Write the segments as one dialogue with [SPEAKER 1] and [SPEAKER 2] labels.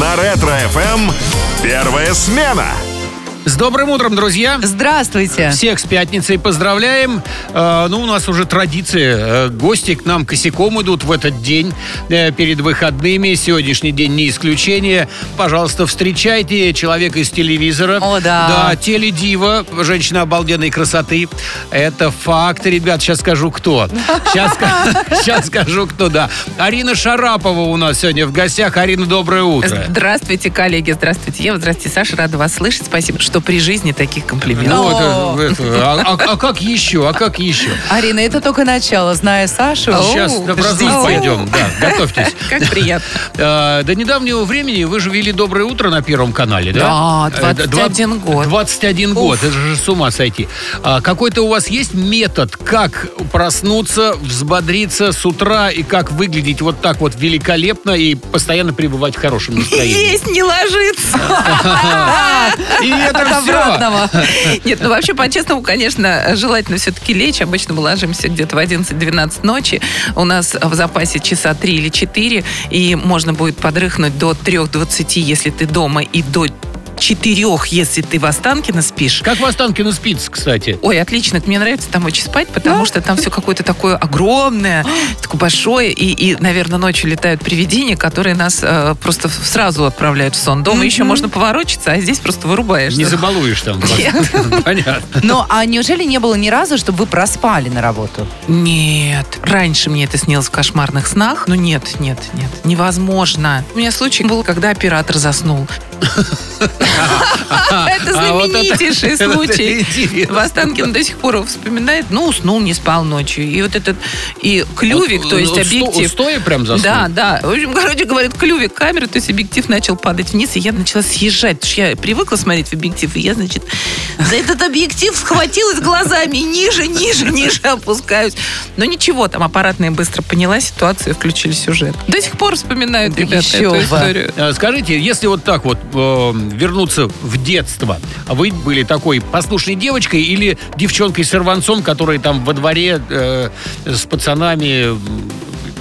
[SPEAKER 1] На Ретро-ФМ первая смена.
[SPEAKER 2] С добрым утром, друзья!
[SPEAKER 3] Здравствуйте.
[SPEAKER 2] Всех с пятницей поздравляем. Э, ну, у нас уже традиция. Э, гости к нам косяком идут в этот день э, перед выходными. Сегодняшний день не исключение. Пожалуйста, встречайте человека из телевизора.
[SPEAKER 3] О, да.
[SPEAKER 2] Да, теледива, женщина обалденной красоты. Это факт, ребят. Сейчас скажу, кто. Сейчас, скажу, кто, да. Арина Шарапова у нас сегодня в гостях. Арина, доброе утро.
[SPEAKER 4] Здравствуйте, коллеги. Здравствуйте, Ева. Здравствуйте, Саша. Рада вас слышать. Спасибо, что при жизни таких комплиментов.
[SPEAKER 2] Ну,
[SPEAKER 3] О.
[SPEAKER 2] это- это- а- а- а как еще? А как еще?
[SPEAKER 3] Арина, это только начало. Знаю Сашу.
[SPEAKER 2] Сейчас
[SPEAKER 3] Оу,
[SPEAKER 2] на праздник
[SPEAKER 3] ждите.
[SPEAKER 2] пойдем, да, готовьтесь.
[SPEAKER 4] Как приятно.
[SPEAKER 2] Э, До недавнего времени вы же вели «Доброе утро» на Первом канале, да?
[SPEAKER 4] Да, 21
[SPEAKER 2] Э, два-
[SPEAKER 4] год.
[SPEAKER 2] 21 год, это же с ума сойти. А Какой-то у вас есть метод, как проснуться, взбодриться с утра и как выглядеть вот так вот великолепно и постоянно пребывать в хорошем настроении?
[SPEAKER 4] Есть, не ложится.
[SPEAKER 2] И это
[SPEAKER 3] От
[SPEAKER 2] все.
[SPEAKER 3] обратного.
[SPEAKER 4] Нет, ну вообще, по-честному, конечно, желательно все-таки лечь. Обычно мы ложимся где-то в 11-12 ночи. У нас в запасе часа 3 или 4, и можно будет подрыхнуть до 3.20, если ты дома, и до 4, если ты в Останкино спишь.
[SPEAKER 2] Как в Останкино спится, кстати?
[SPEAKER 4] Ой, отлично, мне нравится там очень спать, потому что там все какое-то такое огромное, такое большое, и, и, наверное, ночью летают привидения, которые нас э, просто в- сразу отправляют в сон. Дома еще можно поворочиться, а здесь просто вырубаешься.
[SPEAKER 2] Не забалуешь там. Понятно.
[SPEAKER 3] Но а неужели не было ни разу, чтобы вы проспали на работу?
[SPEAKER 4] Нет, раньше мне это снилось в кошмарных снах, но нет, нет, нет, невозможно. У меня случай был, когда оператор заснул. Это
[SPEAKER 2] А вот это-
[SPEAKER 4] знаменитейший
[SPEAKER 2] это
[SPEAKER 4] случай.
[SPEAKER 2] интересно.
[SPEAKER 4] Востанкин до сих пор его вспоминает, ну, уснул, не спал ночью. И вот этот, и клювик,
[SPEAKER 2] А Вот, э,
[SPEAKER 4] то есть
[SPEAKER 2] вот сто-
[SPEAKER 4] объектив.
[SPEAKER 2] Стоя прям заснул?
[SPEAKER 4] Да, да. В общем, короче, говорит, клювик камеры, то есть объектив начал падать вниз, и я начала съезжать, потому что я привыкла смотреть в объектив, и я, значит, за этот объектив схватилась глазами, и ниже, ниже, ниже опускаюсь. Но ничего, там аппаратная быстро поняла ситуацию и включили сюжет. До сих пор вспоминают,
[SPEAKER 3] Да
[SPEAKER 4] ребята,
[SPEAKER 3] еще
[SPEAKER 4] эту
[SPEAKER 3] бы.
[SPEAKER 4] историю.
[SPEAKER 2] Э, Скажите, если вот так вот э, вернуться в детство, а вы были такой послушной девочкой или девчонкой-сорванцом, которая там во дворе э, с пацанами м,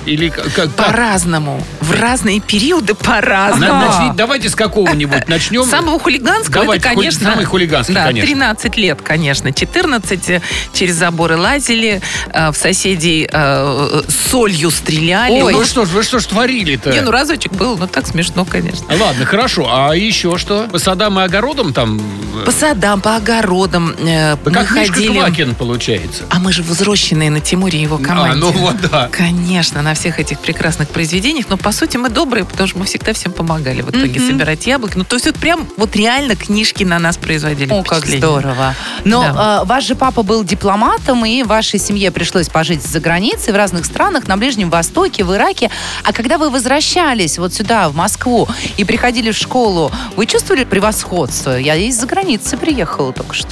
[SPEAKER 2] или к- к- как?
[SPEAKER 4] По-разному. В разные периоды
[SPEAKER 2] На-
[SPEAKER 4] по-разному.
[SPEAKER 2] начни- давайте с какого-нибудь начнем.
[SPEAKER 4] Самого хулиганского,
[SPEAKER 2] Давайте,
[SPEAKER 4] это,
[SPEAKER 2] хули-
[SPEAKER 4] конечно...
[SPEAKER 2] самый хулиганский,
[SPEAKER 4] да,
[SPEAKER 2] конечно.
[SPEAKER 4] 13 лет, конечно. 14 э, через заборы лазили, э, в соседей э, солью стреляли.
[SPEAKER 2] Ой,
[SPEAKER 4] Ну,
[SPEAKER 2] вы что ж, вы что ж творили-то?
[SPEAKER 4] Не, ну разочек был, но так смешно, конечно.
[SPEAKER 2] Ладно, хорошо. А еще что? По садам и огородам там? э,
[SPEAKER 4] По садам, по огородам э,
[SPEAKER 2] да
[SPEAKER 4] мы
[SPEAKER 2] как Мишка
[SPEAKER 4] ходили.
[SPEAKER 2] Квакин получается.
[SPEAKER 4] А мы же взросленные на Тимуре и его команде.
[SPEAKER 2] А, ну вот да.
[SPEAKER 4] Конечно, на всех этих прекрасных произведениях. Но, по сути, мы добрые, потому что мы всегда всем помогали в итоге собирать яблоки. Ну, то есть вот прям, вот реально книжки на нас производили
[SPEAKER 3] О, как
[SPEAKER 4] впечатление.
[SPEAKER 3] здорово. Но
[SPEAKER 4] Да.
[SPEAKER 3] э, ваш же папа был дипломатом, и вашей семье пришлось пожить за границей, в разных странах, на Ближнем Востоке, в Ираке. А когда вы возвращались вот сюда, в Москву, и приходили в школу, вы чувствовали превосходство? Я из-за границы приехала только что.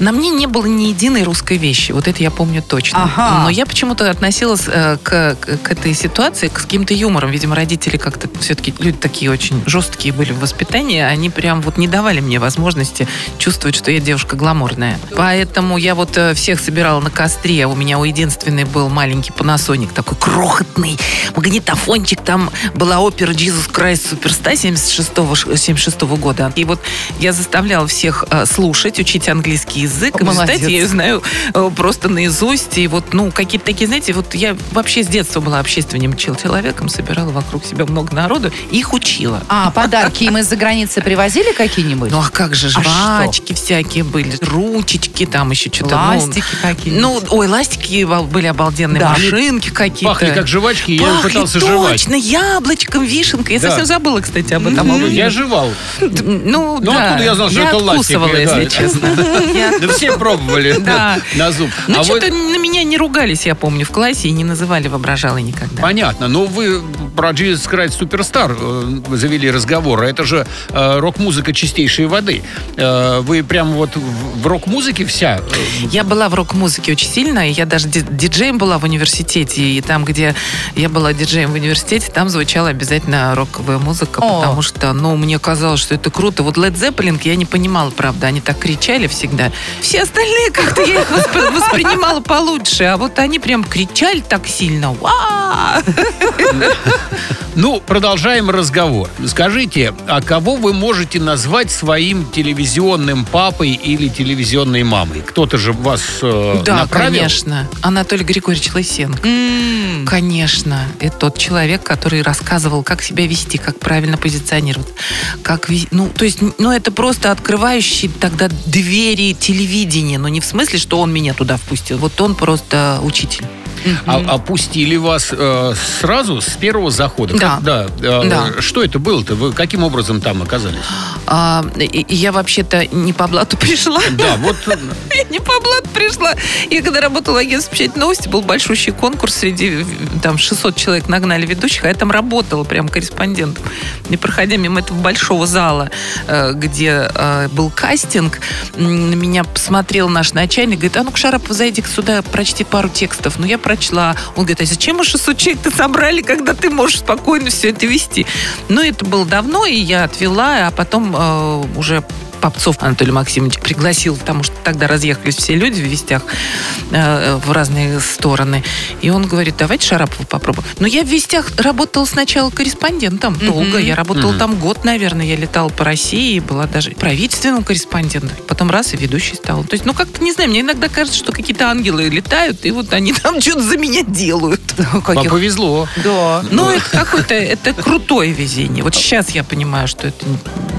[SPEAKER 4] На мне не было ни единой русской вещи. Вот это я помню точно.
[SPEAKER 3] Ага.
[SPEAKER 4] Но я почему-то относилась э, к, к- к этой ситуации к- с каким-то юмором. Видимо, родители как-то все-таки люди такие очень жесткие были в воспитании. Они прям вот не давали мне возможности чувствовать, что я девушка гламурная. Поэтому я вот э, всех собирала на костре. У меня у единственный был маленький панасоник, такой крохотный магнитофончик. Там была опера Jesus Christ Superstar 76 76 года. И вот я заставляла всех э, слушать, учить английский язык. И в результате
[SPEAKER 3] Молодец.
[SPEAKER 4] я ее знаю э, просто наизусть. И вот, ну, какие-то такие, знаете, вот я вообще с детства была общественным чел- человеком, собирала вокруг себя много народу и их учила.
[SPEAKER 3] А подарки им из-за границы привозили какие-нибудь?
[SPEAKER 4] Ну а как же,
[SPEAKER 3] А
[SPEAKER 4] жвачки всякие были, ручечки там еще что-то.
[SPEAKER 3] Пластики какие
[SPEAKER 4] Ну, ну, ой, ластики обал- были обалденные,
[SPEAKER 3] Да.
[SPEAKER 4] машинки какие-то.
[SPEAKER 2] Пахли как жвачки, я
[SPEAKER 4] Пахли,
[SPEAKER 2] пытался жевать.
[SPEAKER 4] точно, яблочком, вишенкой. Я
[SPEAKER 2] Да.
[SPEAKER 4] совсем забыла, кстати, об этом.
[SPEAKER 2] Я жевал.
[SPEAKER 4] Ну,
[SPEAKER 2] Ну,
[SPEAKER 4] да.
[SPEAKER 2] откуда я знал, что это ластик?
[SPEAKER 4] откусывала,
[SPEAKER 2] Я-
[SPEAKER 4] если
[SPEAKER 2] да.
[SPEAKER 4] честно. Я
[SPEAKER 2] Да все пробовали
[SPEAKER 4] Да.
[SPEAKER 2] на зуб.
[SPEAKER 4] Ну,
[SPEAKER 2] А вы-
[SPEAKER 4] что-то на меня не ругались, я помню, в классе и не называли воображалой никогда.
[SPEAKER 2] Понятно, но вы про Jesus Christ Superstar э, завели разговор. а Это же э, рок-музыка чистейшей воды. Э, вы прям вот в, в рок-музыке вся? э,
[SPEAKER 4] Я была в рок-музыке очень сильно, и я даже ди- диджеем была в университете, и там, где я была диджеем в университете, там звучала обязательно роковая музыка,
[SPEAKER 3] О.
[SPEAKER 4] потому что, ну, мне казалось, что это круто. Вот Led Zeppelin я не понимала, правда, они так кричали всегда. Все остальные как-то я их восп- воспринимала получше, а вот они прям кричали так сильно. «Уа!»
[SPEAKER 2] Ну, продолжаем разговор. Скажите, а кого вы можете назвать своим телевизионным папой или телевизионной мамой? Кто-то же вас э,
[SPEAKER 4] Да,
[SPEAKER 2] направил?
[SPEAKER 4] конечно. Анатолий Григорьевич Лысенко.
[SPEAKER 3] М,
[SPEAKER 4] Конечно, это тот человек, который рассказывал, как себя вести, как правильно позиционироваться, как ве- ну то есть, ну это просто открывающий тогда двери телевидения, но не в смысле, что он меня туда впустил, вот он просто учитель.
[SPEAKER 2] А- опустили вас э, сразу с первого захода.
[SPEAKER 4] Да.
[SPEAKER 2] Как- да, э,
[SPEAKER 4] Да.
[SPEAKER 2] Что это было-то? Вы каким образом там оказались?
[SPEAKER 4] А, и- и я вообще-то не по блату пришла.
[SPEAKER 2] Да, вот э,
[SPEAKER 4] Я не по блату пришла. Я когда работала агентство «Печать новости», был большущий конкурс среди, э, там, 600 человек нагнали ведущих, а я там работала прям корреспондентом. И проходя мимо этого большого зала, э, где э, был кастинг, м, на меня посмотрел наш начальник, говорит, а ну-ка, Шарапов, зайди сюда, прочти пару текстов. Ну, я прочла. Он говорит, а зачем мы 600 человек-то собрали, когда ты можешь спокойно все это вести? Ну, это было давно, и я отвела, а потом э, уже Попцов Анатолий Максимович пригласил, потому что тогда разъехались все люди в вестях э, в разные стороны. И он говорит, давайте Шарапова попробуем. Но я в вестях работала сначала корреспондентом долго. Я работала
[SPEAKER 2] Мгм.
[SPEAKER 4] там год, наверное. Я летала по России, была даже правительственным корреспондентом. Потом раз и ведущей стала. То есть, ну как-то, не знаю, мне иногда кажется, что какие-то ангелы летают, и вот они там что-то за меня делают.
[SPEAKER 2] вам
[SPEAKER 4] Каких-
[SPEAKER 2] повезло.
[SPEAKER 3] Да.
[SPEAKER 4] ну, это какое-то, это крутое везение. Вот сейчас я понимаю, что это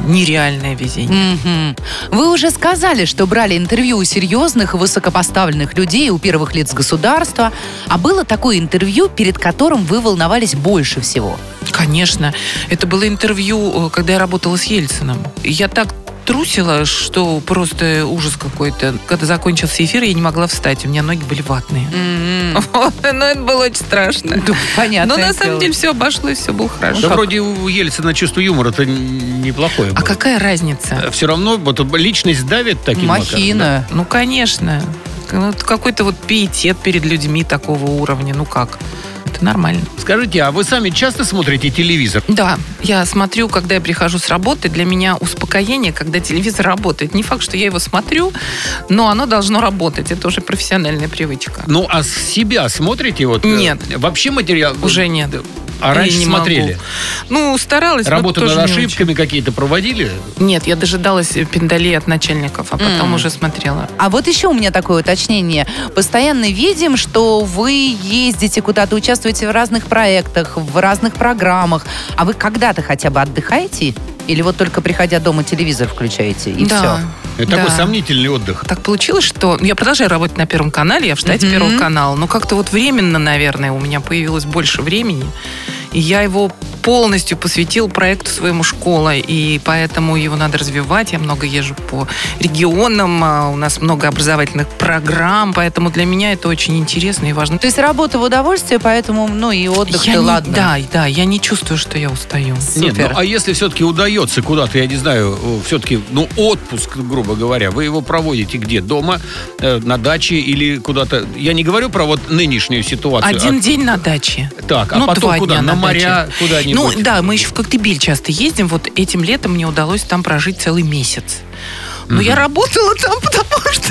[SPEAKER 4] нереальное везение.
[SPEAKER 3] Мгм. Вы уже сказали, что брали интервью у серьезных и высокопоставленных людей, у первых лиц государства. А было такое интервью, перед которым вы волновались больше всего?
[SPEAKER 4] Конечно. Это было интервью, э, когда я работала с Ельциным. Я так трусила, что просто ужас какой-то. Когда закончился эфир, я не могла встать. У меня ноги были ватные. Вот, ну, это было очень страшно.
[SPEAKER 3] Да, Понятно.
[SPEAKER 4] Но Ну, на самом деле все обошлось, все было
[SPEAKER 2] Да
[SPEAKER 4] хорошо.
[SPEAKER 2] вроде у Ельцина чувство юмора-то н- неплохое
[SPEAKER 4] А
[SPEAKER 2] было.
[SPEAKER 4] какая разница?
[SPEAKER 2] Все равно вот, личность давит таким макаром, да?
[SPEAKER 3] Махина.
[SPEAKER 4] Ну, конечно. Ну, это какой-то вот пиетет перед людьми такого уровня. Ну как? Это нормально.
[SPEAKER 2] Скажите, а вы сами часто смотрите телевизор?
[SPEAKER 4] Да, я смотрю, когда я прихожу с работы, для меня успокоение, когда телевизор работает. Не факт, что я его смотрю, но оно должно работать. Это уже профессиональная привычка.
[SPEAKER 2] Ну, а с себя смотрите? Вот, э,
[SPEAKER 4] Нет.
[SPEAKER 2] Вообще материал...
[SPEAKER 4] Уже нет.
[SPEAKER 2] А раньше
[SPEAKER 4] Я не
[SPEAKER 2] смотрели?
[SPEAKER 4] могу. Ну, старалась. но
[SPEAKER 2] Работу
[SPEAKER 4] тоже
[SPEAKER 2] над
[SPEAKER 4] не очень.
[SPEAKER 2] ошибками какие-то проводили?
[SPEAKER 4] Нет, я дожидалась э, пиндалей от начальников, а потом
[SPEAKER 3] М.
[SPEAKER 4] уже смотрела.
[SPEAKER 3] А вот еще у меня такое уточнение. Постоянно видим, что вы ездите куда-то, участвуете в разных проектах, в разных программах. А вы когда-то хотя бы отдыхаете? Или вот только приходя дома телевизор включаете и
[SPEAKER 4] да.
[SPEAKER 2] Это
[SPEAKER 4] Да.
[SPEAKER 2] такой сомнительный отдых.
[SPEAKER 4] Так получилось, что я продолжаю работать на Первом канале, я в штате
[SPEAKER 3] Мгм.
[SPEAKER 4] Первого канала, но как-то вот временно, наверное, у меня появилось больше времени, и я его полностью посвятил проекту своему школа, и поэтому его надо развивать. Я много езжу по регионам, а, у нас много образовательных программ, поэтому для меня это очень интересно и важно.
[SPEAKER 3] все? То есть работа в удовольствие, поэтому, ну и отдых,
[SPEAKER 4] Я
[SPEAKER 3] ты
[SPEAKER 4] не-
[SPEAKER 3] ладно.
[SPEAKER 4] Да, да, я не чувствую, что я устаю.
[SPEAKER 2] Нет, ну,
[SPEAKER 3] Супер.
[SPEAKER 2] а если все-таки удается куда-то, я не знаю, э, все-таки, ну, отпуск, грубо говоря, вы его проводите где? Дома, э, на даче или куда-то? Я не говорю про вот нынешнюю ситуацию.
[SPEAKER 4] Один день на даче.
[SPEAKER 2] а- так, а
[SPEAKER 4] ну,
[SPEAKER 2] потом
[SPEAKER 4] два
[SPEAKER 2] куда?
[SPEAKER 4] дня
[SPEAKER 2] На,
[SPEAKER 4] на
[SPEAKER 2] моря,
[SPEAKER 4] Ну
[SPEAKER 2] куда-нибудь?
[SPEAKER 4] да, мы еще в Коктебель часто ездим. Вот этим летом мне удалось там прожить целый месяц. Но я работала там, потому что,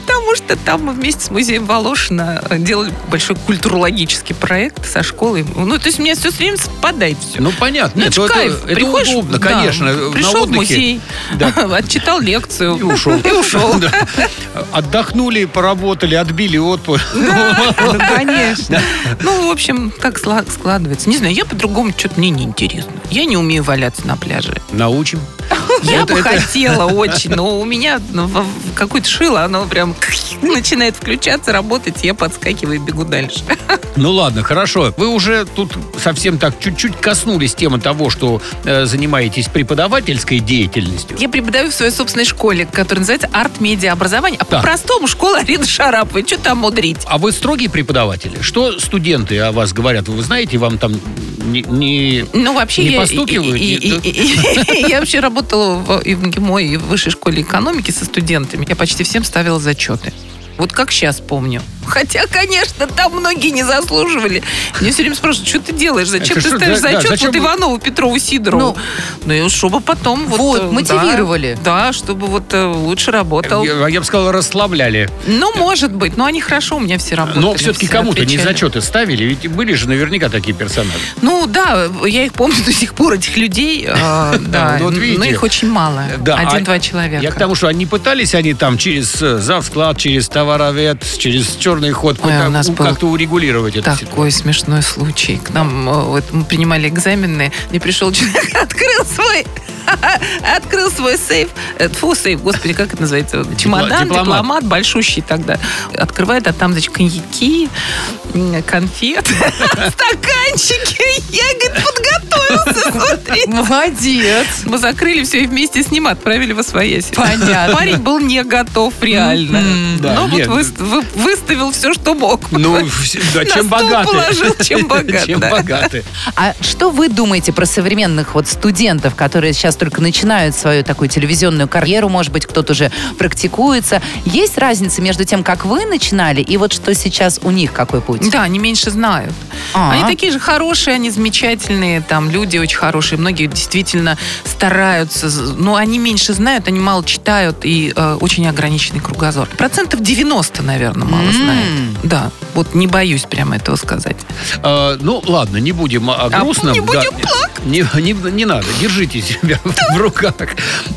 [SPEAKER 4] потому что там мы вместе с музеем Волошина э, делали большой культурологический проект со школой. Ну, то есть у меня все время совпадает все.
[SPEAKER 2] Ну, понятно.
[SPEAKER 4] Ну,
[SPEAKER 2] нет,
[SPEAKER 4] это,
[SPEAKER 2] это,
[SPEAKER 4] кайф.
[SPEAKER 2] это
[SPEAKER 4] Приходишь,
[SPEAKER 2] удобно,
[SPEAKER 4] да,
[SPEAKER 2] конечно. на
[SPEAKER 4] Пришел в
[SPEAKER 2] отдыхе.
[SPEAKER 4] музей,
[SPEAKER 2] Да.
[SPEAKER 4] отчитал лекцию.
[SPEAKER 2] И ушел.
[SPEAKER 4] И ушел.
[SPEAKER 2] Да. Отдохнули, поработали, отбили отпуск.
[SPEAKER 4] Ну, конечно. Ну, в общем, так сла- складывается. Не знаю, я по-другому что-то мне неинтересно. Я не умею валяться на пляже.
[SPEAKER 2] Научим.
[SPEAKER 4] Я
[SPEAKER 2] Это-
[SPEAKER 4] бы
[SPEAKER 2] это-
[SPEAKER 4] хотела очень, но у меня ну, в- в какое-то шило, оно прям начинает включаться, работать, я подскакиваю и бегу дальше.
[SPEAKER 2] Ну ладно, хорошо. Вы уже тут совсем так чуть-чуть коснулись темы того, что э, занимаетесь преподавательской деятельностью.
[SPEAKER 4] Я преподаю в своей собственной школе, которая называется арт-медиа образование, а
[SPEAKER 2] Так.
[SPEAKER 4] по-простому школа Арины Шараповой. Что там мудрить?
[SPEAKER 2] А вы строгий преподаватель? Что студенты о вас говорят? Вы знаете, вам там не... не-
[SPEAKER 4] Ну, вообще,
[SPEAKER 2] Не
[SPEAKER 4] я,
[SPEAKER 2] постукивают,
[SPEAKER 4] и- и-
[SPEAKER 2] нет,
[SPEAKER 4] и- и- и- я вообще работала в, и в МГИМО, и в высшей школе экономики со студентами. Я почти всем ставила зачеты. Вот как сейчас помню. Хотя, конечно, там многие не заслуживали. Меня все время спрашивают, что ты делаешь, зачем
[SPEAKER 2] Это
[SPEAKER 4] ты
[SPEAKER 2] что,
[SPEAKER 4] ставишь
[SPEAKER 2] да, да,
[SPEAKER 4] зачет
[SPEAKER 2] зачем
[SPEAKER 4] вот
[SPEAKER 2] вы-
[SPEAKER 4] Иванову, Петрову, Сидорову?
[SPEAKER 3] Ну.
[SPEAKER 4] Ну, и чтобы потом вот...
[SPEAKER 3] Вот,
[SPEAKER 4] э,
[SPEAKER 3] мотивировали.
[SPEAKER 4] Да, да, чтобы вот э, лучше работал.
[SPEAKER 2] Я, я бы сказал, расслабляли.
[SPEAKER 4] Ну, может быть, но они хорошо у меня все работали.
[SPEAKER 2] Но все-таки
[SPEAKER 4] все
[SPEAKER 2] кому-то не
[SPEAKER 4] отвечали.
[SPEAKER 2] зачеты ставили, ведь были же наверняка такие персонажи.
[SPEAKER 4] Ну да, я их помню до сих пор, этих людей. э, Да,
[SPEAKER 2] Ну, вот
[SPEAKER 4] но
[SPEAKER 2] видите.
[SPEAKER 4] их очень мало.
[SPEAKER 2] Да,
[SPEAKER 4] Один-два
[SPEAKER 2] а- Я
[SPEAKER 4] человека.
[SPEAKER 2] к тому, что они пытались, они там через э, завсклад, через товаровед, через черный ход
[SPEAKER 4] Ой, а
[SPEAKER 2] пыта-
[SPEAKER 4] у нас
[SPEAKER 2] ну,
[SPEAKER 4] был
[SPEAKER 2] как-то урегулировать эту ситуацию.
[SPEAKER 4] Такой смешной случай. К нам э, вот мы принимали экзамены, и пришел человек, открыл свой открыл свой сейф, э, тьфу, сейф, господи, как это называется, чемодан,
[SPEAKER 2] дипломат.
[SPEAKER 4] дипломат, большущий тогда. Открывает, а там, значит, коньяки, м, конфеты, стаканчики. Я, говорит, подготовился, смотри.
[SPEAKER 3] Молодец.
[SPEAKER 4] Мы закрыли все и вместе с ним отправили в освоясь.
[SPEAKER 3] Понятно.
[SPEAKER 4] Парень был не готов реально.
[SPEAKER 3] Мгм.
[SPEAKER 2] Да,
[SPEAKER 4] Но вот
[SPEAKER 2] нет.
[SPEAKER 4] выс- вы- выставил все, что мог.
[SPEAKER 2] Ну, вс- да,
[SPEAKER 4] На
[SPEAKER 2] чем
[SPEAKER 4] стол
[SPEAKER 2] богаты.
[SPEAKER 4] положил, чем богат,
[SPEAKER 2] Чем
[SPEAKER 4] да.
[SPEAKER 2] богаты.
[SPEAKER 3] А что вы думаете про современных вот студентов, которые сейчас только начинают свою такую телевизионную карьеру, может быть, кто-то уже практикуется? Есть разница между тем, как вы начинали, и вот что сейчас у них какой путь?
[SPEAKER 4] Да, они меньше знают.
[SPEAKER 3] А.
[SPEAKER 4] Они такие же хорошие, они замечательные, там люди очень хорошие, многие действительно стараются, з- но они меньше знают, они мало читают и э, очень ограниченный кругозор. Процентов 90, наверное, мало
[SPEAKER 3] М.
[SPEAKER 4] знают. Да, вот не боюсь прямо этого сказать.
[SPEAKER 2] Э, ну, ладно, не будем о
[SPEAKER 4] А,
[SPEAKER 2] грустном.
[SPEAKER 4] не
[SPEAKER 2] да.
[SPEAKER 4] будем
[SPEAKER 2] Не, не- не надо, держите себя в руках.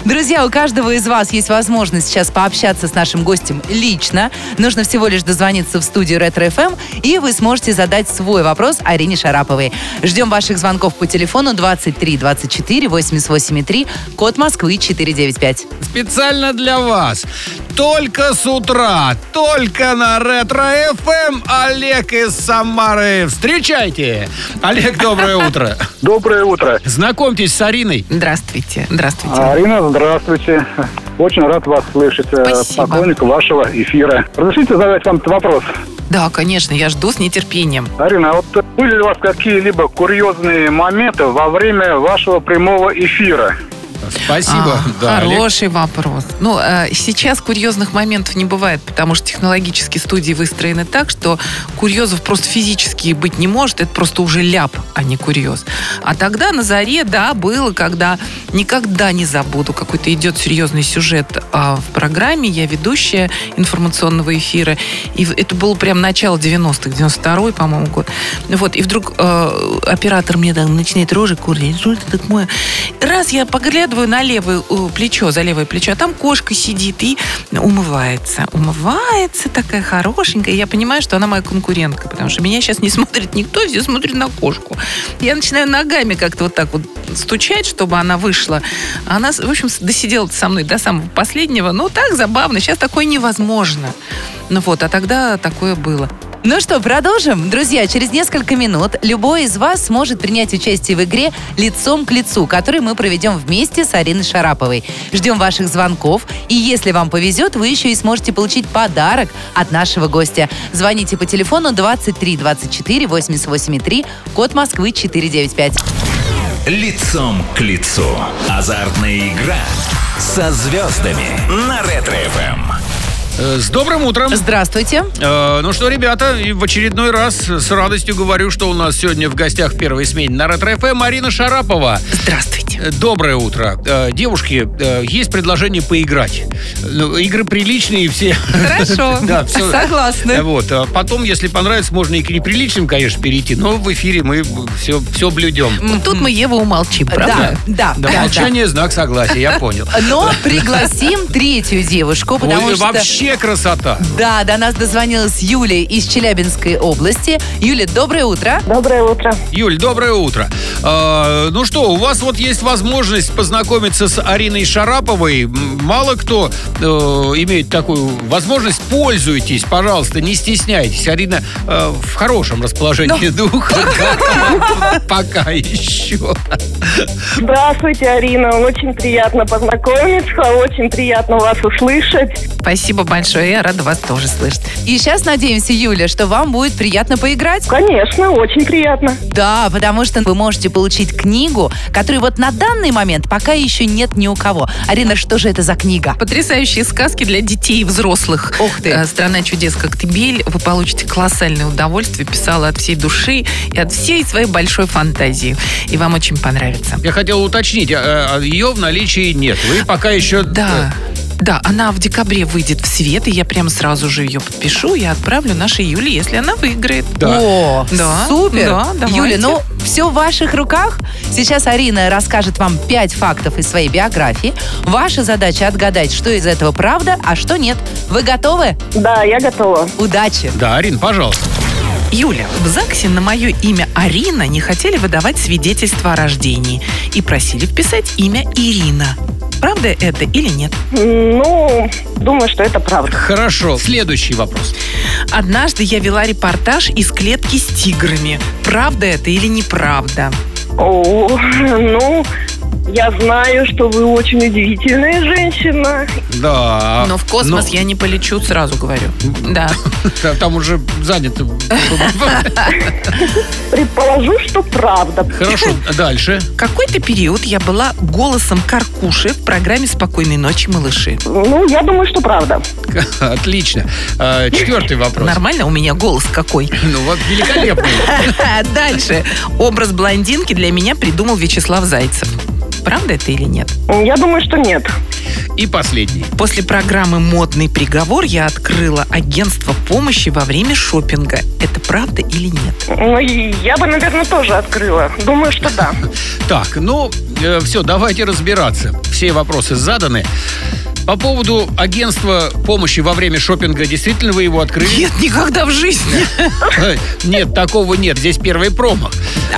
[SPEAKER 3] Друзья, у каждого из вас есть возможность сейчас пообщаться с нашим гостем лично. Нужно всего лишь дозвониться в студию Ретро ФМ, и вы сможете задать свой вопрос Арине Шараповой. Ждем ваших звонков по телефону 23 24 88 3, код Москвы 495.
[SPEAKER 2] Специально для вас. Только с утра, только на Ретро ФМ Олег из Самары. Встречайте! Олег, доброе утро.
[SPEAKER 5] Доброе утро. А,
[SPEAKER 2] Знакомьтесь с Ариной.
[SPEAKER 4] Здравствуйте. Здравствуйте.
[SPEAKER 5] Арина, здравствуйте. Очень рад вас слышать. Э,
[SPEAKER 4] Спасибо.
[SPEAKER 5] Поклонник вашего эфира. Разрешите задать вам вопрос?
[SPEAKER 4] Да, конечно, я жду с нетерпением.
[SPEAKER 5] Арина, а вот э, были ли у вас какие-либо курьезные моменты во время вашего прямого эфира?
[SPEAKER 2] Спасибо.
[SPEAKER 4] А,
[SPEAKER 2] Да, Олег.
[SPEAKER 4] хороший вопрос. Ну, э, сейчас курьезных моментов не бывает, потому что технологические студии выстроены так, что курьезов просто физически быть не может. Это просто уже ляп, а не курьез. А тогда на заре, да, было, когда никогда не забуду, какой-то идет серьезный сюжет а, в программе. Я ведущая информационного эфира. И в- это было прям начало 90-х, 92-й, по-моему, год. Ну Вот, и вдруг э, оператор мне там начинает рожи курить. Что это такое? Раз я поглядываю на левое э, плечо, за левое плечо, а там кошка сидит и умывается. Умывается такая хорошенькая. И Я понимаю, что она моя конкурентка, потому что меня сейчас не смотрит никто, все смотрят на кошку. Я начинаю ногами как-то вот так вот стучать, чтобы она вышла. Она, в общем, досидела со мной до самого последнего. Ну, так забавно. Сейчас такое невозможно. Ну вот, а тогда такое было.
[SPEAKER 3] Ну что, продолжим? Друзья, через несколько минут любой из вас сможет принять участие в игре «Лицом к лицу», которую мы проведем вместе с Ариной Шараповой. Ждем ваших звонков, и если вам повезет, вы еще и сможете получить подарок от нашего гостя. Звоните по телефону 23 24 88 3, код Москвы 495.
[SPEAKER 6] Лицом к лицу. Азартная игра со звездами на Эм. Ретро-ФМ.
[SPEAKER 2] Э, С добрым утром.
[SPEAKER 3] Здравствуйте.
[SPEAKER 2] Э, Ну что, ребята, и в очередной раз с радостью говорю, что у нас сегодня в гостях в первой смене на Ретро ФМ Марина Шарапова.
[SPEAKER 4] Здравствуйте.
[SPEAKER 2] Э, Доброе утро. Э, Девушки, э, есть предложение поиграть. Ну, Игры приличные все.
[SPEAKER 4] Хорошо.
[SPEAKER 2] Да, всё.
[SPEAKER 3] Согласны.
[SPEAKER 2] Вот. а Потом, если понравится, можно и к неприличным, конечно, перейти, но в эфире мы все, все блюдем.
[SPEAKER 4] Вот Тут мы Еву умолчим,
[SPEAKER 3] Да,
[SPEAKER 4] правда?
[SPEAKER 3] да,
[SPEAKER 2] Да,
[SPEAKER 3] да, да.
[SPEAKER 2] молчание, знак согласия, я понял.
[SPEAKER 3] Но пригласим третью девушку, потому
[SPEAKER 2] Ой,
[SPEAKER 3] что...
[SPEAKER 2] Вообще красота.
[SPEAKER 3] Да, до нас дозвонилась Юлия из Челябинской области. Юля, доброе утро.
[SPEAKER 7] Доброе утро.
[SPEAKER 2] Юль, доброе утро. Э, ну что, у вас вот есть возможность познакомиться с Ариной Шараповой. М, Мало кто э, имеет такую возможность. Пользуйтесь, пожалуйста, не стесняйтесь. Арина э, в хорошем расположении духа. Пока еще.
[SPEAKER 7] Здравствуйте, Арина. Очень приятно познакомиться, очень приятно вас услышать.
[SPEAKER 4] Спасибо большое, я рада вас тоже слышать.
[SPEAKER 3] И сейчас надеемся, Юля, что вам будет приятно поиграть.
[SPEAKER 7] Конечно, очень приятно.
[SPEAKER 3] Да, потому что вы можете получить книгу, которую вот на данный момент пока еще нет ни у кого. Арина, что же это за книга?
[SPEAKER 4] Потрясающие сказки для детей и взрослых.
[SPEAKER 3] Ух ты.
[SPEAKER 4] Э, «Страна чудес Коктебель». Вы получите колоссальное удовольствие. Писала от всей души и от всей своей большой фантазии. И вам очень понравится.
[SPEAKER 2] Я хотел уточнить, а, а, ее в наличии нет. Вы пока еще... э,
[SPEAKER 4] Да. Да, она в декабре выйдет в свет, и я прям сразу же ее подпишу и отправлю нашей Юле, если она выиграет.
[SPEAKER 2] Да.
[SPEAKER 3] О,
[SPEAKER 4] Да,
[SPEAKER 3] супер!
[SPEAKER 4] да, давайте.
[SPEAKER 3] Юля, ну все в ваших руках. Сейчас Арина расскажет вам пять фактов из своей биографии. Ваша задача отгадать, что из этого правда, а что нет. Вы готовы?
[SPEAKER 7] Да, я готова.
[SPEAKER 3] Удачи!
[SPEAKER 2] Да, Арин, пожалуйста.
[SPEAKER 4] Юля, в ЗАГСе на мое имя Арина не хотели выдавать свидетельство о рождении и просили вписать имя Ирина. Правда это или нет?
[SPEAKER 7] Ну, думаю, что это правда.
[SPEAKER 2] Хорошо. Следующий вопрос.
[SPEAKER 4] Однажды я вела репортаж из клетки с тиграми. Правда это или неправда?
[SPEAKER 7] О, ну, я знаю, что вы очень удивительная женщина.
[SPEAKER 2] Да.
[SPEAKER 4] Но в космос
[SPEAKER 2] ну,
[SPEAKER 4] я не полечу, сразу говорю. Да.
[SPEAKER 2] та- Там уже занято.
[SPEAKER 7] Предположу, что правда.
[SPEAKER 2] Хорошо, дальше.
[SPEAKER 4] Какой-то период я была голосом Каркуши в программе «Спокойной ночи, малыши».
[SPEAKER 7] Ну, я думаю, что правда.
[SPEAKER 2] Отлично. А, Четвертый вопрос.
[SPEAKER 4] Нормально у меня голос какой?
[SPEAKER 2] Ну, вот великолепный.
[SPEAKER 4] Дальше. Образ блондинки для меня придумал Вячеслав Зайцев. Правда это или нет?
[SPEAKER 7] Я думаю, что нет.
[SPEAKER 2] И последний.
[SPEAKER 4] После программы «Модный приговор» я открыла агентство помощи во время шопинга. Это правда или нет?
[SPEAKER 7] Ну, и я бы, наверное, тоже открыла. Думаю, что да.
[SPEAKER 2] Так, ну, все, давайте разбираться. Все вопросы заданы. По поводу агентства помощи во время шопинга, действительно вы его открыли?
[SPEAKER 4] Нет, никогда в жизни.
[SPEAKER 2] Э, Нет, такого нет. Здесь первый промах.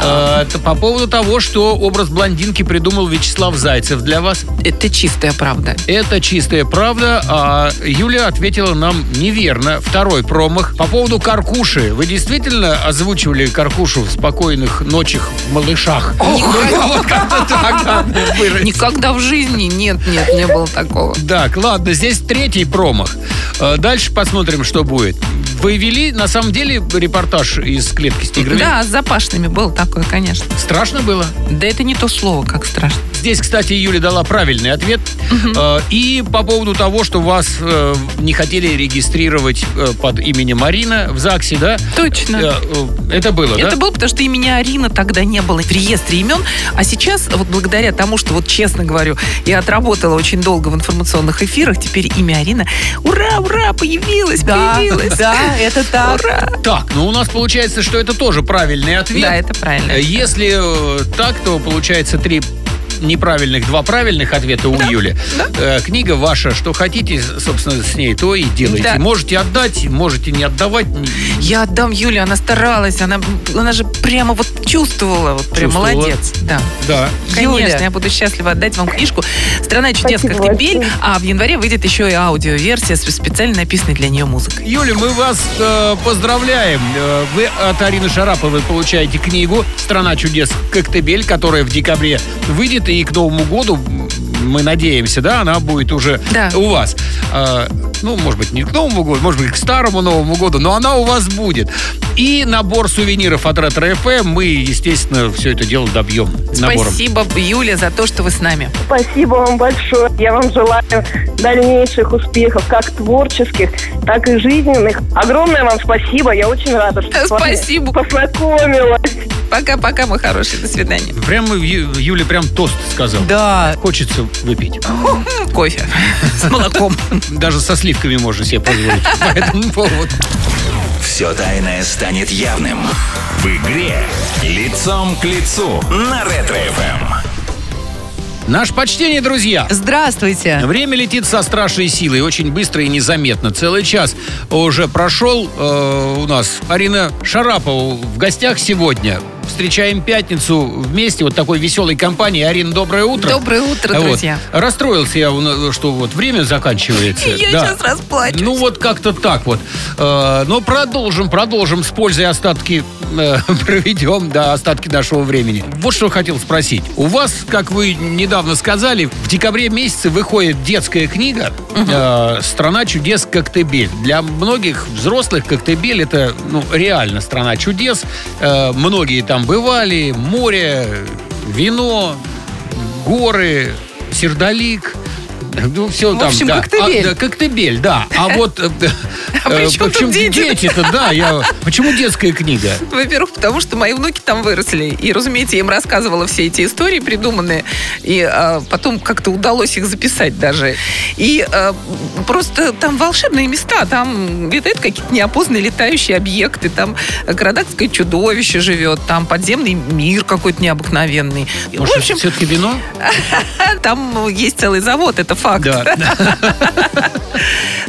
[SPEAKER 2] Э, это По поводу того, что образ блондинки придумал Вячеслав Зайцев для вас,
[SPEAKER 4] Это чистая правда.
[SPEAKER 2] это чистая правда, а Юля ответила нам неверно. Второй промах. По поводу Каркуши. Вы действительно озвучивали Каркушу в спокойных ночах в малышах? Ну, вот как-то так надо выразить.
[SPEAKER 4] Никогда в жизни нет, нет, не было такого.
[SPEAKER 2] Так, ладно, здесь третий промах. Э, Дальше посмотрим, что будет. Вы вели, на самом деле, репортаж из клетки с тиграми?
[SPEAKER 4] Да, с запашными было такое, конечно.
[SPEAKER 2] Страшно было?
[SPEAKER 4] Да это не то слово, как страшно.
[SPEAKER 2] Здесь, кстати, Юля дала правильный ответ. Э, И по поводу того, что вас э, не хотели регистрировать э, под именем Марина в ЗАГСе, да?
[SPEAKER 4] Точно.
[SPEAKER 2] Э, э, Это было, да?
[SPEAKER 4] Это было, потому что имени Арина тогда не было в реестре имен. А сейчас, вот благодаря тому, что, вот честно говорю, я отработала очень долго в информационных эфирах, теперь имя Арина. Ура, ура, появилось, появилось.
[SPEAKER 3] да, это так.
[SPEAKER 4] Ура.
[SPEAKER 2] Так, ну у нас получается, что это тоже правильный ответ.
[SPEAKER 4] Да, это правильно.
[SPEAKER 2] Э, Если э, так, то получается три неправильных, два правильных ответа у Юли. Э, Книга ваша, что хотите, собственно, с ней то и делайте.
[SPEAKER 4] Да.
[SPEAKER 2] Можете отдать, можете не отдавать.
[SPEAKER 4] Я отдам Юле, она старалась, она, она же прямо вот чувствовала, вот прям
[SPEAKER 2] Чувствовала.
[SPEAKER 4] молодец. Да.
[SPEAKER 2] Да.
[SPEAKER 4] Конечно,
[SPEAKER 3] Юля.
[SPEAKER 4] я буду счастлива отдать вам книжку «Страна чудес
[SPEAKER 7] Спасибо
[SPEAKER 4] Коктебель»,
[SPEAKER 7] большое.
[SPEAKER 4] а в январе выйдет еще и аудиоверсия с специально написанной для нее музыкой.
[SPEAKER 2] Юля, мы вас э, поздравляем. Э, Вы от Арины Шараповой получаете книгу «Страна чудес Коктебель», которая в декабре выйдет, и к Новому году, м, мы надеемся, да, она будет уже
[SPEAKER 4] Да.
[SPEAKER 2] у вас. Э, ну, может быть, не к Новому году, может быть, к Старому Новому году, но она у вас будет. И набор сувениров от Ретро ФМ мы, естественно, все это дело добьем набором.
[SPEAKER 4] Спасибо, Юля, за то, что вы с нами.
[SPEAKER 7] Спасибо вам большое. Я вам желаю дальнейших успехов, как творческих, так и жизненных. Огромное вам спасибо. Я очень рада, что с вами
[SPEAKER 4] Спасибо.
[SPEAKER 7] познакомилась.
[SPEAKER 4] Пока-пока, мой хороший, до свидания.
[SPEAKER 2] Прямо Ю- Юля прям тост сказал.
[SPEAKER 3] Да,
[SPEAKER 2] Хочется выпить.
[SPEAKER 4] М, Кофе с молоком.
[SPEAKER 2] Даже со сливками можно себе позволить по этому поводу.
[SPEAKER 6] Все тайное станет явным. В игре «Лицом к лицу» на Эм. Ретро-ФМ.
[SPEAKER 2] Наш почтение, друзья!
[SPEAKER 3] здравствуйте.
[SPEAKER 2] Время летит со страшной силой, очень быстро и незаметно. Целый час уже прошел э, у нас Арина Шарапова в гостях сегодня. Встречаем пятницу вместе, вот такой веселой компании. Арина, доброе утро.
[SPEAKER 4] Доброе утро,
[SPEAKER 2] Вот.
[SPEAKER 4] друзья.
[SPEAKER 2] Расстроился я, у нас, что вот время заканчивается.
[SPEAKER 4] Я
[SPEAKER 2] Да.
[SPEAKER 4] сейчас расплачусь.
[SPEAKER 2] Ну вот как-то так вот. Э, Но продолжим, продолжим с пользой остатки э, проведем, да, остатки нашего времени. Вот что хотел спросить. У вас, как вы недавно сказали, в декабре месяце выходит детская книга э, «Страна чудес Коктебель». Для многих взрослых Коктебель это ну, реально страна чудес. Э, Многие там бывали, море, вино, горы, сердолик. Ну, все
[SPEAKER 3] В
[SPEAKER 2] там,
[SPEAKER 3] общем,
[SPEAKER 2] да.
[SPEAKER 3] Коктебель.
[SPEAKER 2] А, да, Коктебель, да. А вот... э,
[SPEAKER 4] А
[SPEAKER 2] э,
[SPEAKER 4] при чем тут
[SPEAKER 2] почему
[SPEAKER 4] дети?
[SPEAKER 2] Дети-то, да. я- Почему детская книга?
[SPEAKER 4] Во-первых, потому что мои внуки там выросли. И, разумеется, я им рассказывала все эти истории придуманные. И а, потом как-то удалось их записать даже. И а, просто там волшебные места. Там летают какие-то неопознанные летающие объекты. Там городокское чудовище живет. Там подземный мир какой-то необыкновенный.
[SPEAKER 2] Может,
[SPEAKER 4] В общем,
[SPEAKER 2] все-таки вино?
[SPEAKER 4] там есть целый завод, это факт.
[SPEAKER 2] Да.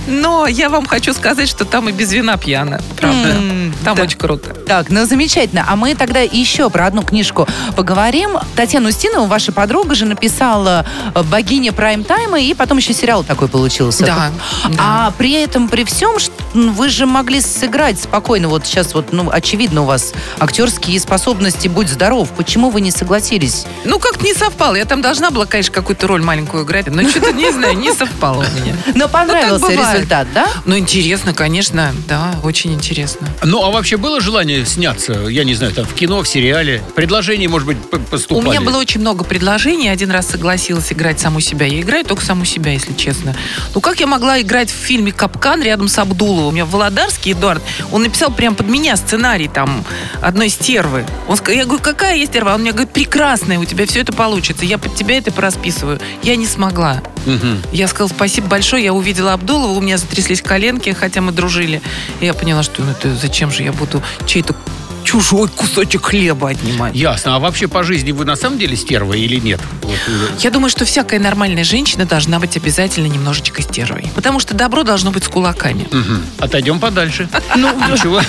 [SPEAKER 4] Но я вам хочу сказать, что там и без вина пьяно. Правда.
[SPEAKER 3] М,
[SPEAKER 4] Там
[SPEAKER 3] да.
[SPEAKER 4] очень круто.
[SPEAKER 3] Так, ну замечательно. А мы тогда еще про одну книжку поговорим. Татьяна Устинова, ваша подруга же написала э, «Богиня прайм-тайма», и потом еще сериал такой получился.
[SPEAKER 4] Да, да.
[SPEAKER 3] А при этом, при всем, что ну, вы же могли сыграть спокойно. Вот сейчас вот, ну, очевидно, у вас актерские способности «Будь здоров». Почему вы не согласились?
[SPEAKER 4] Ну, как-то не совпало. Я там должна была, конечно, какую-то роль маленькую играть, но что-то, не знаю, не совпало у меня.
[SPEAKER 3] Но понравился
[SPEAKER 4] Ну, бывает.
[SPEAKER 3] результат, да?
[SPEAKER 4] Ну, интересно, конечно, да, очень интересно.
[SPEAKER 2] Ну, а вообще было желание сняться, я не знаю, там, в кино, в сериале? Предложения, может быть, п- поступали?
[SPEAKER 4] У меня было очень много предложений. Один раз согласилась играть саму себя. Я играю только саму себя, если честно. Ну, как я могла играть в фильме «Капкан» рядом с Абдуловым? У меня Володарский Эдуард, он написал прям под меня сценарий там одной стервы. Он сказал, я говорю, какая я стерва? Он мне говорит, прекрасная, у тебя все это получится. Я под тебя это порасписываю. Я не смогла.
[SPEAKER 2] Мгм.
[SPEAKER 4] Я сказала спасибо большое, я увидела Абдулова, у меня затряслись коленки, хотя мы дружили. И я поняла, что ну, это зачем же я буду чей-то чужой кусочек хлеба отнимать.
[SPEAKER 2] Ясно. А вообще по жизни вы на самом деле стерва или нет? Вот, э,
[SPEAKER 4] Я думаю, что всякая нормальная женщина должна быть обязательно немножечко стервой. Потому что добро должно быть с кулаками.
[SPEAKER 2] мгм. Отойдем подальше. Ну, ничего.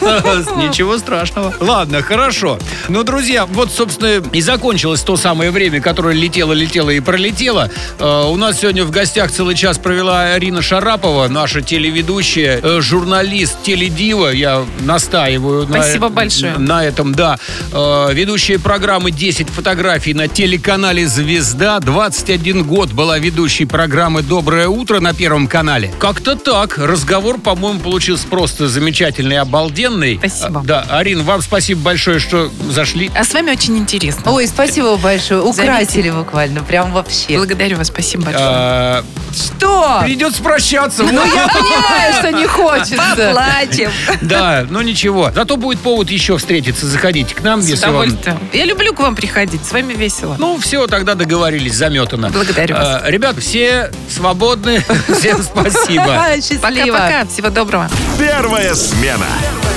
[SPEAKER 2] Ничего страшного. Ладно, хорошо. Ну, друзья, вот, собственно, и закончилось то самое время, которое летело, летело и пролетело. Э, У нас сегодня в гостях целый час провела Арина Шарапова, наша телеведущая, э, журналист, теледива. Я настаиваю на
[SPEAKER 4] Спасибо
[SPEAKER 2] э-
[SPEAKER 4] большое.
[SPEAKER 2] На этом, да. Э, Ведущая программы «10 фотографий» на телеканале «Звезда». 21 год была ведущей программы «Доброе утро» на Первом канале. Как-то так. Разговор, по-моему, получился просто замечательный, обалденный.
[SPEAKER 4] Спасибо.
[SPEAKER 2] А, Да, Арин, вам спасибо большое, что зашли.
[SPEAKER 4] А с вами очень интересно.
[SPEAKER 3] Ой, спасибо большое. Украсили
[SPEAKER 4] Заметили.
[SPEAKER 3] буквально, прям вообще.
[SPEAKER 4] Благодарю вас, спасибо большое.
[SPEAKER 2] А,
[SPEAKER 3] Что?
[SPEAKER 2] Придется прощаться.
[SPEAKER 3] Ну, я понимаю, что не хочется.
[SPEAKER 4] Плачем.
[SPEAKER 2] Да, ну ничего. Зато будет повод еще встретиться. Заходите к нам,
[SPEAKER 4] С
[SPEAKER 2] если вам
[SPEAKER 4] удовольствием. Я люблю к вам приходить, с вами весело.
[SPEAKER 2] Ну, все, тогда договорились, заметано.
[SPEAKER 4] Благодарю вас.
[SPEAKER 2] Э, ребят, все свободны. Всем спасибо.
[SPEAKER 3] Счастливо.
[SPEAKER 4] Пока-пока, всего доброго.
[SPEAKER 1] Первая смена.